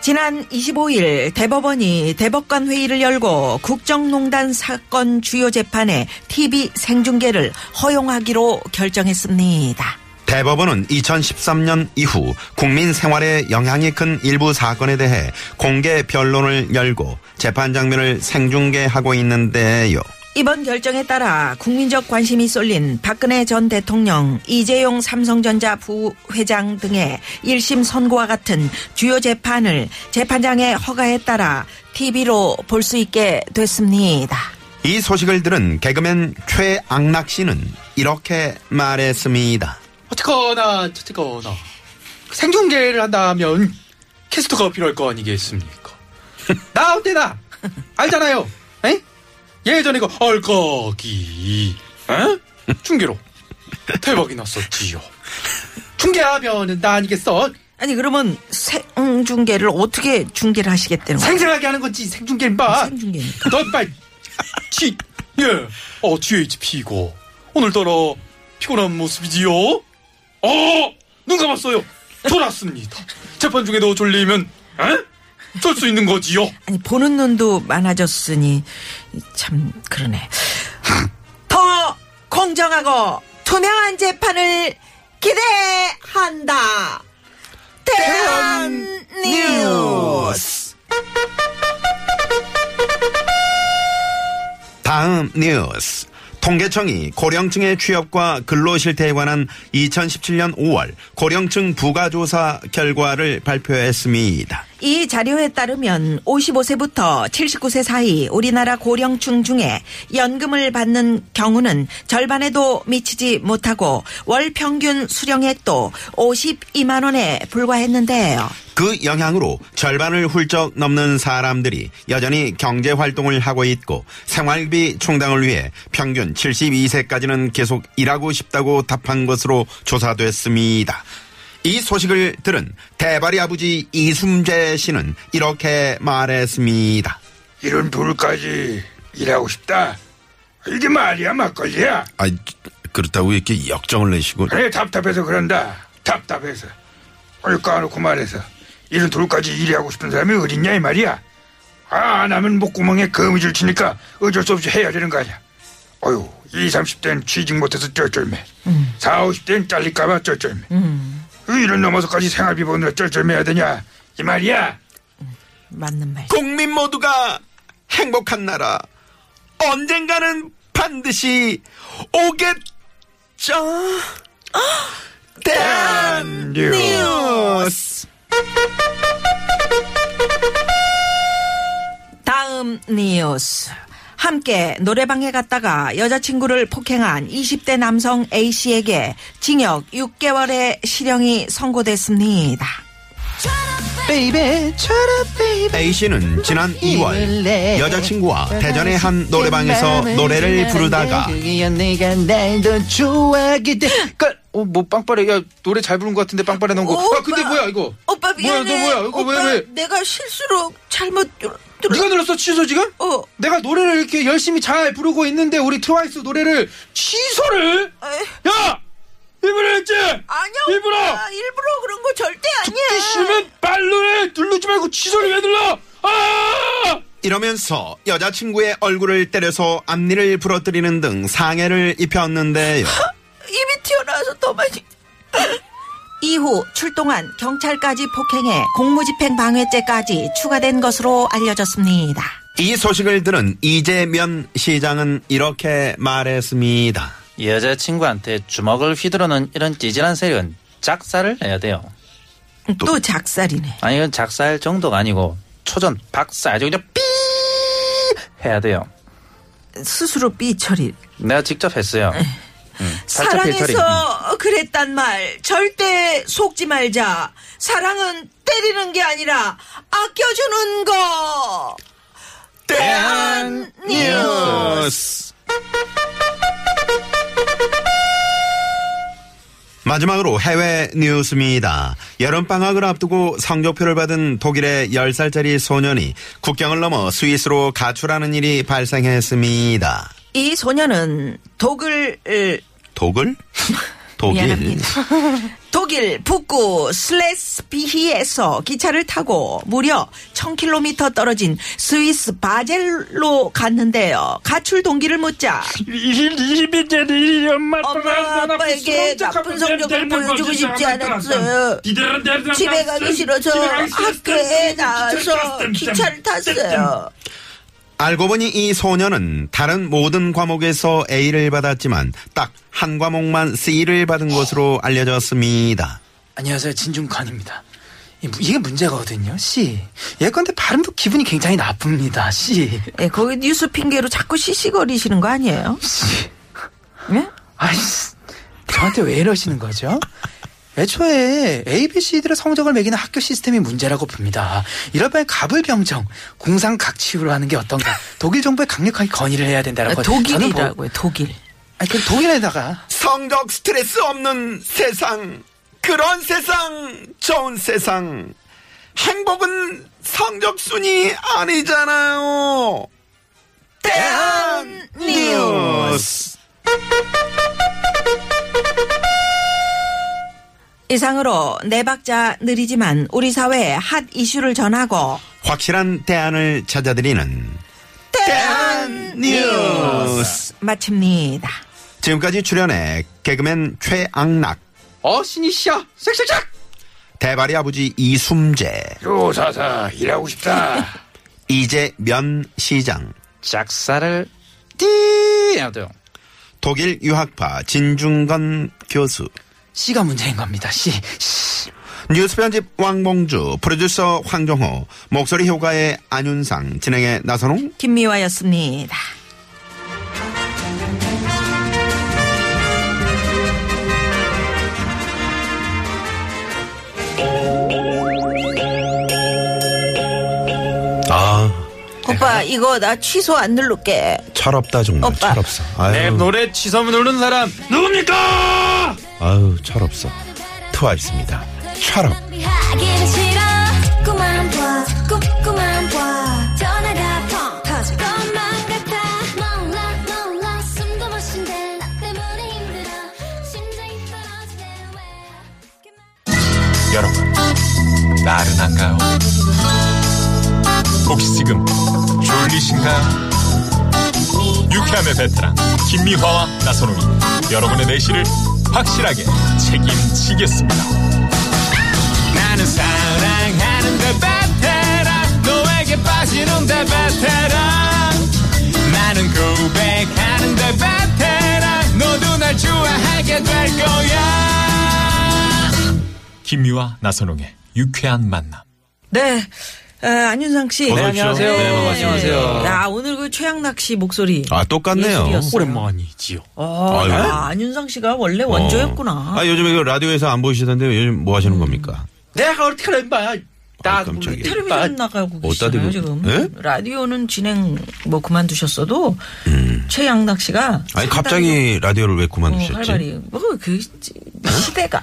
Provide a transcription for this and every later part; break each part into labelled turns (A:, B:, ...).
A: 지난 25일 대법원이 대법관 회의를 열고 국정농단 사건 주요 재판의 TV 생중계를 허용하기로 결정했습니다.
B: 대법원은 2013년 이후 국민 생활에 영향이 큰 일부 사건에 대해 공개 변론을 열고 재판 장면을 생중계하고 있는데요.
A: 이번 결정에 따라 국민적 관심이 쏠린 박근혜 전 대통령, 이재용 삼성전자 부회장 등의 1심 선고와 같은 주요 재판을 재판장의 허가에 따라 TV로 볼 수 있게 됐습니다.
B: 이 소식을 들은 개그맨 최악락 씨는 이렇게 말했습니다.
C: 어쨌거나 어쨌거나 생중계를 한다면 캐스터가 필요할 거 아니겠습니까? 나 어때 나 알잖아요. 에? 예전에 그 얼거기 에? 중계로 대박이 났었지요. 중계하면은 나 아니겠어?
A: 아니 그러면 생중계를 어떻게 중계를 하시겠다는 거예요?
C: 생생하게 하는 건지 생중계 인마.
A: 생중계니까.
C: 넌빨 지, 예, 어, GHP고. 오늘따라 피곤한 모습이지요? 어, 눈 감았어요. 졸았습니다. 재판 중에도 졸리면, 에? 졸수 있는 거지요?
A: 아니 보는 눈도 많아졌으니 참 그러네. 더 공정하고 투명한 재판을 기대한다. 대한 뉴스.
B: 다음 뉴스. 통계청이 고령층의 취업과 근로 실태에 관한 2017년 5월 고령층 부가조사 결과를 발표했습니다.
A: 이 자료에 따르면 55세부터 79세 사이 우리나라 고령층 중에 연금을 받는 경우는 절반에도 미치지 못하고 월 평균 수령액도 52만 원에 불과했는데요.
B: 그 영향으로 절반을 훌쩍 넘는 사람들이 여전히 경제 활동을 하고 있고 생활비 충당을 위해 평균 72세까지는 계속 일하고 싶다고 답한 것으로 조사됐습니다. 이 소식을 들은 대발이 아버지 이순재 씨는 이렇게 말했습니다.
D: 이런 부를까지 일하고 싶다. 이게 말이야 막걸리야.
B: 아, 그렇다고 이렇게 역정을 내시고
D: 그래 답답해서 그런다. 답답해서. 얼 까놓고 말해서 이런 부를까지 일하고 싶은 사람이 어딨냐 이 말이야. 아 안 하면 목구멍에 거미줄 치니까 어쩔 수 없이 해야 되는 거 아니야. 어휴 2, 30대는 취직 못해서 쩔쩔매.
C: 음.
D: 사, 4, 50대는 잘릴까봐 쩔쩔매. 그 이런 넘어서까지 생활비 버느라 쩔쩔매야 되냐 이 말이야.
A: 맞는 말.
B: 국민 모두가 행복한 나라 언젠가는 반드시 오겠죠. 대한 뉴스.
A: 다음 뉴스. 함께 노래방에 갔다가 여자친구를 폭행한 20대 남성 A씨에게 징역 6개월의 실형이 선고됐습니다.
E: 베이베 초라 베이베
B: A 씨는 지난 2월 여자친구와 대전의 한 노래방에서 노래를 부르다가
E: 그게 내가 날더 좋아하게 돼
C: 그니까, 어, 뭐, 빵빠레. 야, 노래 잘 부른 것 같은데 빵빠레 넣은 거.
A: 어, 오빠. 어,
C: 아, 근데 뭐야, 이거?
A: 오빠
C: 뭐야,
A: 미안해.
C: 너 뭐야? 이거
A: 오빠
C: 왜, 왜?
A: 내가 실수로 잘못 들어.
C: 네가 눌렀어, 취소 지금?
A: 어.
C: 내가 노래를 이렇게 열심히 잘 부르고 있는데, 우리 트와이스 노래를 취소를?
A: 에.
C: 야! 일부러 했지?
A: 아니야.
C: 일부러!
A: 오빠. 일부러 그런 거 절대
C: 듣기
A: 아니야.
C: 싫으면 말로 해! 누르지 말고 취소를 왜 눌러! 아!
B: 이러면서 여자친구의 얼굴을 때려서 앞니를 부러뜨리는 등 상해를 입혔는데요.
A: 입이 튀어나와서 더 많이. 이후 출동한 경찰까지 폭행해 공무집행 방해죄까지 추가된 것으로 알려졌습니다.
B: 이 소식을 들은 이재면 시장은 이렇게 말했습니다.
F: 여자친구한테 주먹을 휘두르는 이런 찌질한 세력은 작살을 내야 돼요.
A: 또, 작살이네.
F: 아니 이건 작살 정도가 아니고 초전 박살 아주 그냥 삐 해야 돼요.
A: 스스로 삐 처리.
F: 내가 직접 했어요. 음, 팔자 필터링.
A: 사랑해서 그랬단 말 절대 속지 말자. 사랑은 때리는 게 아니라 아껴주는 거. 대한 뉴스.
B: 마지막으로 해외 뉴스입니다. 여름방학을 앞두고 성적표를 받은 독일의 10살짜리 소년이 국경을 넘어 스위스로 가출하는 일이 발생했습니다.
A: 이 소녀는 어, 독일
B: 독일? 독일?
A: 미안합니다. 독일 북구 슬레스비히에서 기차를 타고 무려 1000km 떨어진 스위스 바젤로 갔는데요. 가출 동기를 묻자 엄마 아빠에게 나쁜 성적을 보여주고 싶지 않았어요. 집에 가기 싫어서 학교에 나와서 기차를 탔어요.
B: 알고 보니 이 소녀는 다른 모든 과목에서 A를 받았지만 딱 한 과목만 C를 받은 것으로 알려졌습니다.
F: 안녕하세요 진중관입니다. 이 무- 이게 문제거든요, 씨. 예컨대 발음도 기분이 굉장히 나쁩니다, 씨.
A: 예, 거기 뉴스 핑계로 자꾸 시시거리시는 거 아니에요?
F: 씨.
A: 예?
F: 아이씨, 저한테 왜 이러시는 거죠? 애초에 ABC들의 성적을 매기는 학교 시스템이 문제라고 봅니다. 이럴 바엔 가불병정, 공상각치유를 하는 게 어떤가. 독일 정부에 강력하게 건의를 해야 된다라고. 저는 뭐-
A: 독일이라고요, 독일.
F: 아니, 그 독일에다가.
B: 성적 스트레스 없는 세상. 그런 세상, 좋은 세상. 행복은 성적순이 아니잖아요. 대한 뉴스.
A: 이상으로 네 박자 느리지만 우리 사회의 핫 이슈를 전하고
B: 확실한 대안을 찾아드리는 대한 뉴스.
A: 마칩니다.
B: 지금까지 출연해 개그맨 최악락,
C: 어 신이씨야 색색색
B: 대발이 아버지 이숨재,
D: 요사사 일하고 싶다.
B: 이재면 시장,
F: 작사를 띠!
B: 독일 유학파 진중건 교수,
F: 씨가 문제인 겁니다, 씨. 씨.
B: 뉴스 편집 왕봉주, 프로듀서 황정호, 목소리 효과의 안윤상, 진행의 나선홍,
A: 김미화였습니다.
B: 아,
A: 오빠 이거 나 취소 안 누를게.
B: 철없다 정말 네, 뭐.
A: 오빠. 철없어.
F: 내 노래 취소문 누르는 사람.
D: 누굽니까?
B: 아유, 철없어. 트와이스입니다. 철없.
G: 하기는 싫어 꿈만 봐 꿈꾸만 봐 전화가 펑 터질 것만 같아 몰라 몰라 숨도 못 쉰대 나 때문에 힘들어 심장이 떨어지대 왜
H: 여러분, 나른한가요? 혹시 지금 졸리신가요? 유쾌함의 베테랑 김미화와 나선홍이 여러분의 내실을 확실하게 책임지겠습니다. 나는 사랑하는데 베테랑 너에게 빠지는데 베테랑 나는 고백하는데 그 베테랑 너도 날 좋아하게 될 거야. 김유와 나선홍의 유쾌한 만남.
A: 네. 에, 안윤상 씨.
B: 어서 오십시오. 안녕하세요. 네,
F: 안녕하세요.
A: 야, 오늘 그 최양락 씨 목소리.
B: 아, 똑같네요.
A: 예술이었어요.
F: 오랜만이지요.
A: 아,
B: 아유. 예?
A: 야, 안윤상 씨가 원래 원조였구나. 음.
B: 어. 아, 요즘에 그 라디오에서 안 보이시던데 요즘 뭐 하시는 겁니까?
F: 내가 어떻게 알아, 임마.
B: 아, 깜짝이야.
A: 텔레비전 나가고 계시잖아요,
B: 대고-
A: 지금.
B: 예?
A: 라디오는 진행 뭐 그만두셨어도 최양락 씨가
B: 음. 아니, 갑자기 라디오를 왜
A: 어,
B: 그만두셨지? 어?
A: 활발히 뭐그 시대가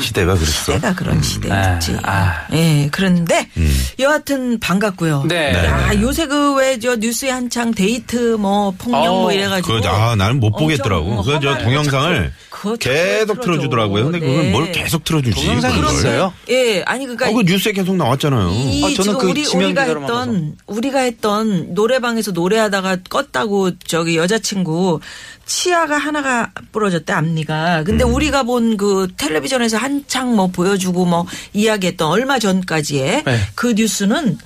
B: 시대가 그랬어.
A: 시대가 그런 시대였지.
F: 아.
A: 예, 그런데
B: 음.
A: 여하튼 반갑고요.
F: 네.
A: 야, 요새 그 왜 저 뉴스에 한창 데이트 뭐 폭력 뭐
F: 어,
A: 이래가지고.
B: 그, 아, 나는 못
A: 엄청
B: 보겠더라고. 그, 저
A: 험한
B: 동영상을
A: 그거 자꾸
B: 계속
A: 틀어줘.
B: 틀어주더라고요. 근데
A: 네.
B: 그걸 뭘 계속 틀어주지?
F: 동영상이
B: 그걸?
F: 있어요?
A: 예, 아니 그러니까
B: 어, 그 뉴스에 계속 나왔잖아요.
A: 이
F: 아, 저는
A: 지금
F: 그
A: 우리
F: 지명
A: 우리가 했던
F: 기자로만
A: 우리가 했던 노래방에서 노래하다가 껐다고 저기 여자친구 치아가 하나가 부러졌대 앞니가. 근데 우리가 본 그 텔레비전에서 한창 뭐 보여주고 뭐 이야기했던 얼마 전까지의
F: 네.
A: 그 뉴스는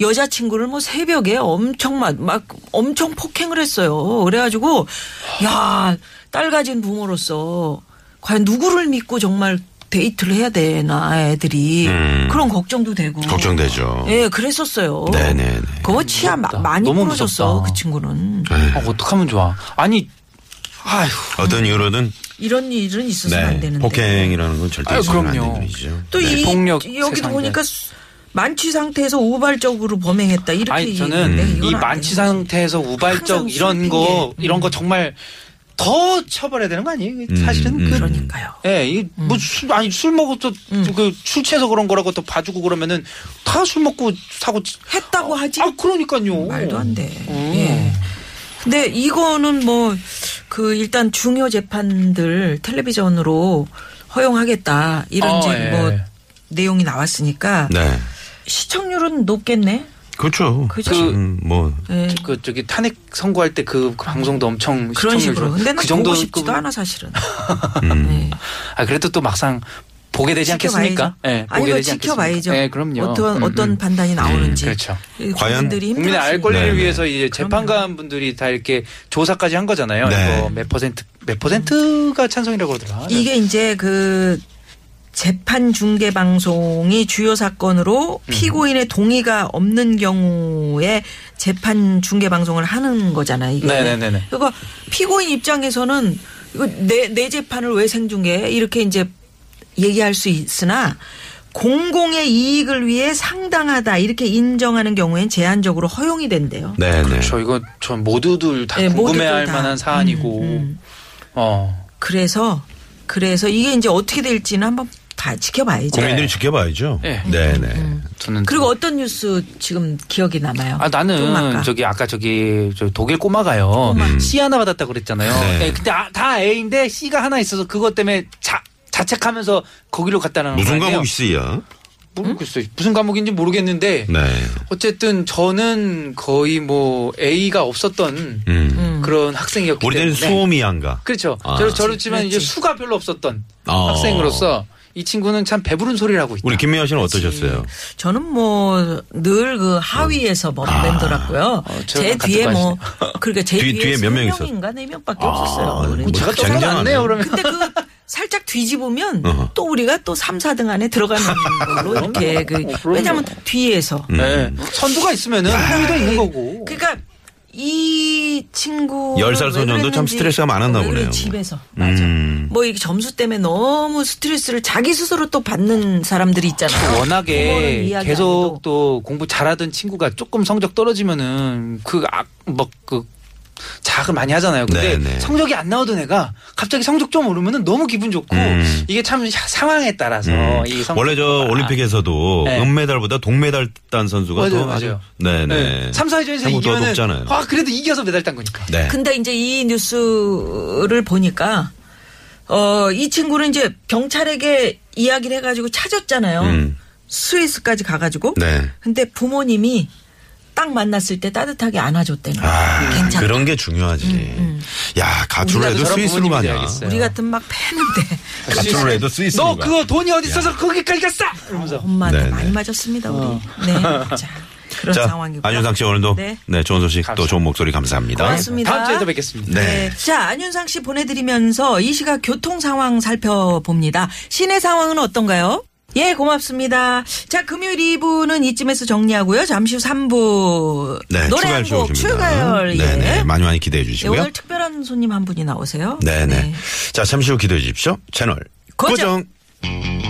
A: 여자친구를 뭐 새벽에 엄청 막, 막 엄청 폭행을 했어요. 그래가지고 야 딸 가진 부모로서 과연 누구를 믿고 정말 데이트를 해야 되나 애들이
B: 음.
A: 그런 걱정도 되고
B: 걱정되죠.
A: 예, 그랬었어요.
B: 어. 네네네.
A: 그거 치아 마- 많이
F: 너무
A: 부러졌어
F: 무섭다.
A: 그 친구는.
F: 어, 아, 어떡하면 좋아. 아니, 아휴.
B: 네. 어떤 이유로든
A: 이런 일은 있어서는 안
B: 네,
A: 되는데.
B: 폭행이라는 건 절대
F: 아유,
B: 있어서는 안
F: 그럼요.
B: 되는 일이죠.
A: 또
B: 네.
A: 이,
F: 폭력
A: 여기도
F: 세상에.
A: 보니까 수- 만취 상태에서 우발적으로 범행했다. 이렇게
F: 아니
B: 음.
A: 얘기했는데
F: 저는
A: 이건
F: 이
A: 안 되는 거지.
F: 만취 상태에서
A: 음. 항상
F: 우발적 이런
A: 술핑계. 음.
F: 거 이런 거 정말 더 처벌해야 되는 거 아니에요?
B: 음,
F: 사실은
B: 음.
F: 그
A: 그러니까요. 음.
F: 예, 이뭐술 아니 술 먹고 또그술 취해서 그런 거라고 또 봐주고 그러면은 다 술 먹고 사고 치-
A: 했다고 하지.
F: 아 그러니까요.
A: 말도 안 돼.
F: 음.
A: 예. 근데 이거는 뭐 그 일단 중요 재판들 텔레비전으로 허용하겠다 이런
F: 어,
A: 이제
F: 예.
A: 뭐 내용이 나왔으니까
B: 네.
A: 시청률은 높겠네.
B: 그렇죠.
A: 그죠?
B: 음, 뭐
A: 예.
F: 그 저기 탄핵 선고할 때 그 방송도 엄청
A: 그런
F: 시청률
A: 식으로.
F: 좋아.
A: 근데 난
F: 그 정도
A: 보고 싶지도
F: 급은-
A: 않아 사실은.
B: 음.
A: 예.
F: 아 그래도 또 막상 보게 되지 않겠습니까?
A: 지켜봐야죠. 아니 이거 지켜봐야죠.
F: 예, 그럼요.
A: 어떤
F: 음,
A: 어떤
F: 음.
A: 판단이 나오는지.
F: 그렇죠.
A: 이
B: 과연
A: 국민들이
F: 국민의 알
A: 힘들었으니까.
F: 권리를
B: 네, 네.
F: 위해서 이제 재판관 분들이 다 이렇게 조사까지 한 거잖아요.
B: 네.
F: 이거 몇 퍼센트 몇 퍼센트가 찬성이라고 그러더라.
A: 이게 이제 그 재판 중계 방송이 주요 사건으로
F: 음.
A: 피고인의 동의가 없는 경우에 재판 중계 방송을 하는 거잖아요. 이게.
F: 네네네네.
A: 그러니까 피고인 입장에서는 이거 내, 내 재판을 왜 생중계해? 이렇게 이제 얘기할 수 있으나 공공의 이익을 위해 상당하다 이렇게 인정하는 경우엔 제한적으로 허용이 된대요.
B: 네, 네.
F: 저 이거 전 모두들 다
A: 네, 모두들
F: 궁금해할
A: 다.
F: 만한 사안이고
A: 음, 음.
F: 어
A: 그래서 그래서 이게 이제 어떻게 될지는 한번 다 지켜봐야죠.
B: 국민들이 지켜봐야죠.
F: 네.
B: 네, 네.
F: 저는
A: 그리고 어떤 뉴스 지금 기억이 남아요?
F: 아
A: 좀 아까.
F: 나는 저기 아까 저기 저 독일 꼬마가요 C 하나 받았다 고 그랬잖아요.
B: 음. 네.
F: 네. 근데 아, 다 A인데 C가 하나 있어서 그것 때문에 자 자책하면서 거기로 갔다는
B: 무슨
F: 거 아니에요?
B: 과목이 있어요?
F: 모르겠어요. 무슨 과목인지 모르겠는데
B: 네.
F: 어쨌든 저는 거의 뭐 A가 없었던
B: 음.
F: 그런 네. 학생이었기
B: 우리 때는
F: 때문에
B: 수호미양가.
F: 그렇죠.
B: 아.
F: 저를 저렇지만 이제
A: 그렇지.
F: 수가 별로 없었던
B: 어.
F: 학생으로서 이 친구는 참 배부른 소리를 하고 있다.
B: 우리 김미아 씨는 어떠셨어요?
A: 저는 뭐 늘 그 하위에서 뭐
B: 아,
A: 맴돌았고요.
F: 어, 저랑
A: 제
F: 같은
A: 뒤에 뭐 그러니까 제
B: 뒤-
A: 뒤에
B: 뒤에
A: 몇
B: 몇명 있었-
A: 명인가 네 명밖에
B: 아,
A: 없었어요.
B: 뭐
F: 제가 또
B: 굉장하네.
F: 살아났네요 그러면.
A: 근데 그 살짝 뒤집으면
B: 어허.
A: 또 우리가 또 3, 4등 안에 들어가는 걸로 이렇게 그
F: 그럼요.
A: 왜냐하면 뒤에서
B: 음.
F: 네. 선두가 있으면은 후위도 있는 거고.
A: 그러니까 이 친구
B: 열살 소년도 참 스트레스가 많았나 보네요. 뭐.
A: 집에서 맞아.
B: 음.
A: 뭐 이게 점수 때문에 너무 스트레스를 자기 스스로 또 받는 사람들이 있잖아요. 그거는
F: 워낙에
A: 이야기 안 해도.
F: 계속 또 공부 잘하던 친구가 조금 성적 떨어지면은 그뭐 그막그 자극 많이 하잖아요. 근데
B: 네, 네.
F: 성적이 안 나오던 애가 갑자기 성적 좀 오르면은 너무 기분 좋고
B: 음.
F: 이게 참 샤- 상황에 따라서
B: 음.
F: 어, 이 성-
B: 원래 저 올림픽에서도
F: 네.
B: 은메달보다 동메달 딴 선수가
F: 맞아요,
B: 더
F: 맞아요.
B: 아주 네네.
F: 3, 4회전에서
B: 한국 더
F: 이기면은
B: 높잖아요.
F: 아 그래도 이겨서 메달 딴 거니까.
B: 네.
A: 근데 이제 이 뉴스를 보니까 어, 이 친구는 이제 경찰에게 이야기를 해가지고 찾았잖아요.
B: 음.
A: 스위스까지 가가지고.
B: 네.
A: 근데 부모님이 딱 만났을 때 따뜻하게 안아줬대는 거예요.
B: 아,
A: 괜찮다. 음,
B: 그런 게 중요하지. 야, 가출을
F: 우리라도
B: 해도
F: 저런
B: 스위스로
F: 부모님이
B: 가냐.
F: 돼야겠어요.
A: 우리 같은 막 패는데
B: 가출을 해도 스위스로
F: 너
B: 가.
F: 그거 돈이 어디 있어서 거기까지 갔어? 이러면서
A: 엄마한테
B: 네네.
A: 많이 맞았습니다 우리. 네. 자 그런
B: 자,
A: 상황이고요.
B: 안윤상 씨 오늘도 네,
A: 네.
B: 좋은 소식 또
F: 감사합니다.
B: 좋은 목소리 감사합니다.
A: 고맙습니다.
F: 다음 주에 또 뵙겠습니다.
B: 네.
A: 자, 안윤상 씨 보내드리면서 이 시각 교통 상황 살펴봅니다. 시내 상황은 어떤가요? 예, 고맙습니다. 자, 금요일 2부는 이쯤에서 정리하고요. 잠시 후 3부.
B: 네,
A: 노래
B: 추가열
A: 한 곡
B: 쇼입니다.
A: 출가열. 예.
B: 네, 네, 많이 많이 기대해
A: 네,
B: 주시고요.
A: 오늘 특별한 손님 한 분이 나오세요. 네.
B: 네, 네. 자, 잠시 후 기대해 주십시오. 채널
A: 고정.
B: 고정.